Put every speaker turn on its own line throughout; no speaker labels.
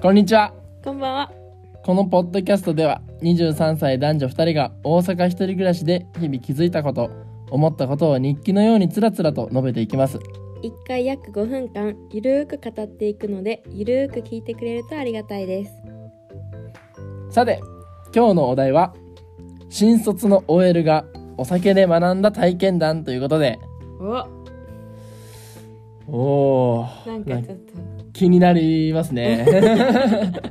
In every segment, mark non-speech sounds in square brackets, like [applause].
こんにちは
こんばんは。
このポッドキャストでは23歳男女2人が大阪一人暮らしで日々気づいたこと思ったことを日記のようにつらつらと述べていきます
一回約5分間、ゆるーく語っていくので、ゆるーく聞いてくれるとありがたいです。
さて今日のお題は新卒の OL がお酒で学んだ体験談ということで
お
おお
なんかちょっ
気になりますね、
と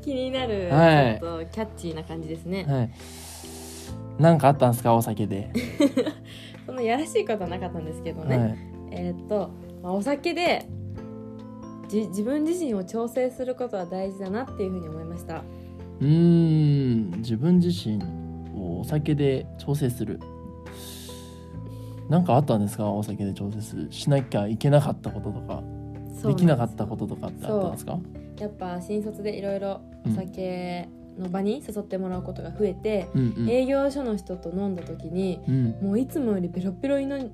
気になる、
はい
ちょっとキャッチーな感じです
[laughs]
ね。
はい、 [laughs] なんかあったんですかお酒で、
そのやらしいことはなかったんですけど
は
ね。
い、
えーっと、まあ、お酒でじ自分自身を調整することは大事だなっていうふうに思いました。
うーん自分自身をお酒で調整するなんかあったんですかお酒で調整するしなきゃいけなかったこととか
そ
で
うんす
きなかったこととかってあったんですか
やっぱ新卒でいろいろお酒の場に誘ってもらうことが増えて、
うんうん
営業所の人と飲んだ時に
うん
もういつもよりベロベロにのん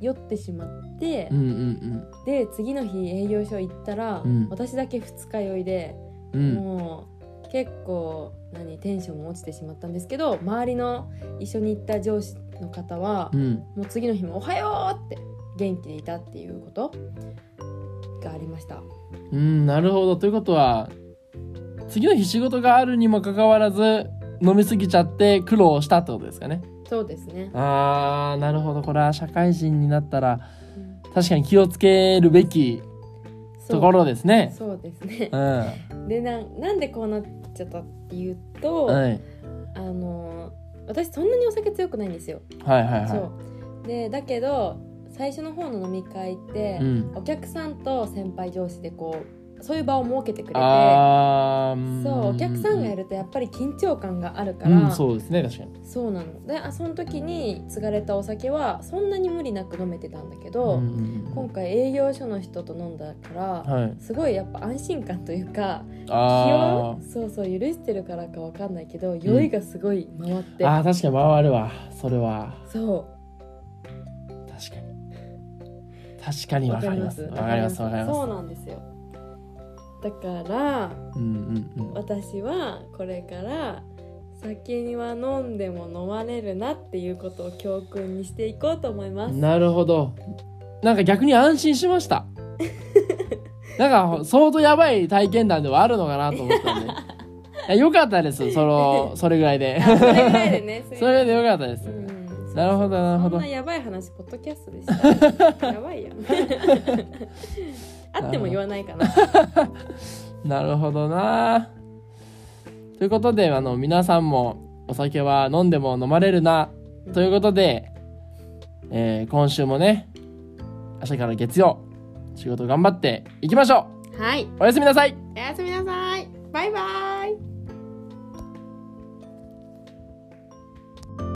酔ってしまって、
うんうん
で次の日営業所行ったら、
うん
私だけ二日酔いで、
うんうん
もう結構何テンションも落ちてしまったんですけど周りの一緒に行った上司の方は、
うん
もう次の日も「おはよう!」って元気でいたっていうことがありました。
うんなるほどということは次の日仕事があるにもかかわらず飲みすぎちゃって苦労したってことですかね
そうですね、
あーなるほどこれは社会人になったら確かに気をつけるべき
そ
と
う
ころですね
そうですね
う。んは
でなんなんでこうなっちゃったっていうと、
い
あの私そんなにお酒強くないんですよ。
はいはい
そ
は
うでだけど最初の方の飲み会って、
いうん
お客さんと先輩上司でこうそういう場を設けてくれて
あー
そうお客さんがや
る
るとやっぱり緊張感があるか、
かららうんそうですね確かに
そうなのであその時に継がれたお酒はそんなに無理なく飲めてたんだけ
う
ど、
んうん
今回営業所の人と飲んだから、
はい
すごいやっぱ安心感というか気
あ
をそうそう許してるからかわかんないけど酔いがすごい回って、
ーあー確かに回るわそれは
そう
確かに確かにわかりますわかりますわかります
そうなんですよだから
うんうんうん
私はこれから酒は飲んでも飲まれるなっていうことを教訓にしていこうと思います
なるほどなんか逆に安心しました
[laughs]
なんか相当やばい体験談ではあるのかなと思ったん
[laughs]
でいやよかったですそのそれぐらいで
あそれぐらいでね
[laughs] それでよ
っ
かったです、
うん、
なるほどなるほど
そんなやばい話ポッドキャストでしたやばい
[laughs]
やんあっても言わないかな
なるほどなということであの皆さんもお酒は飲んでも飲まれるなということで、えー今週もね明日から月曜仕事頑張っていきましょ
はいう
おやすみなさい
おやすみなさいバイバイ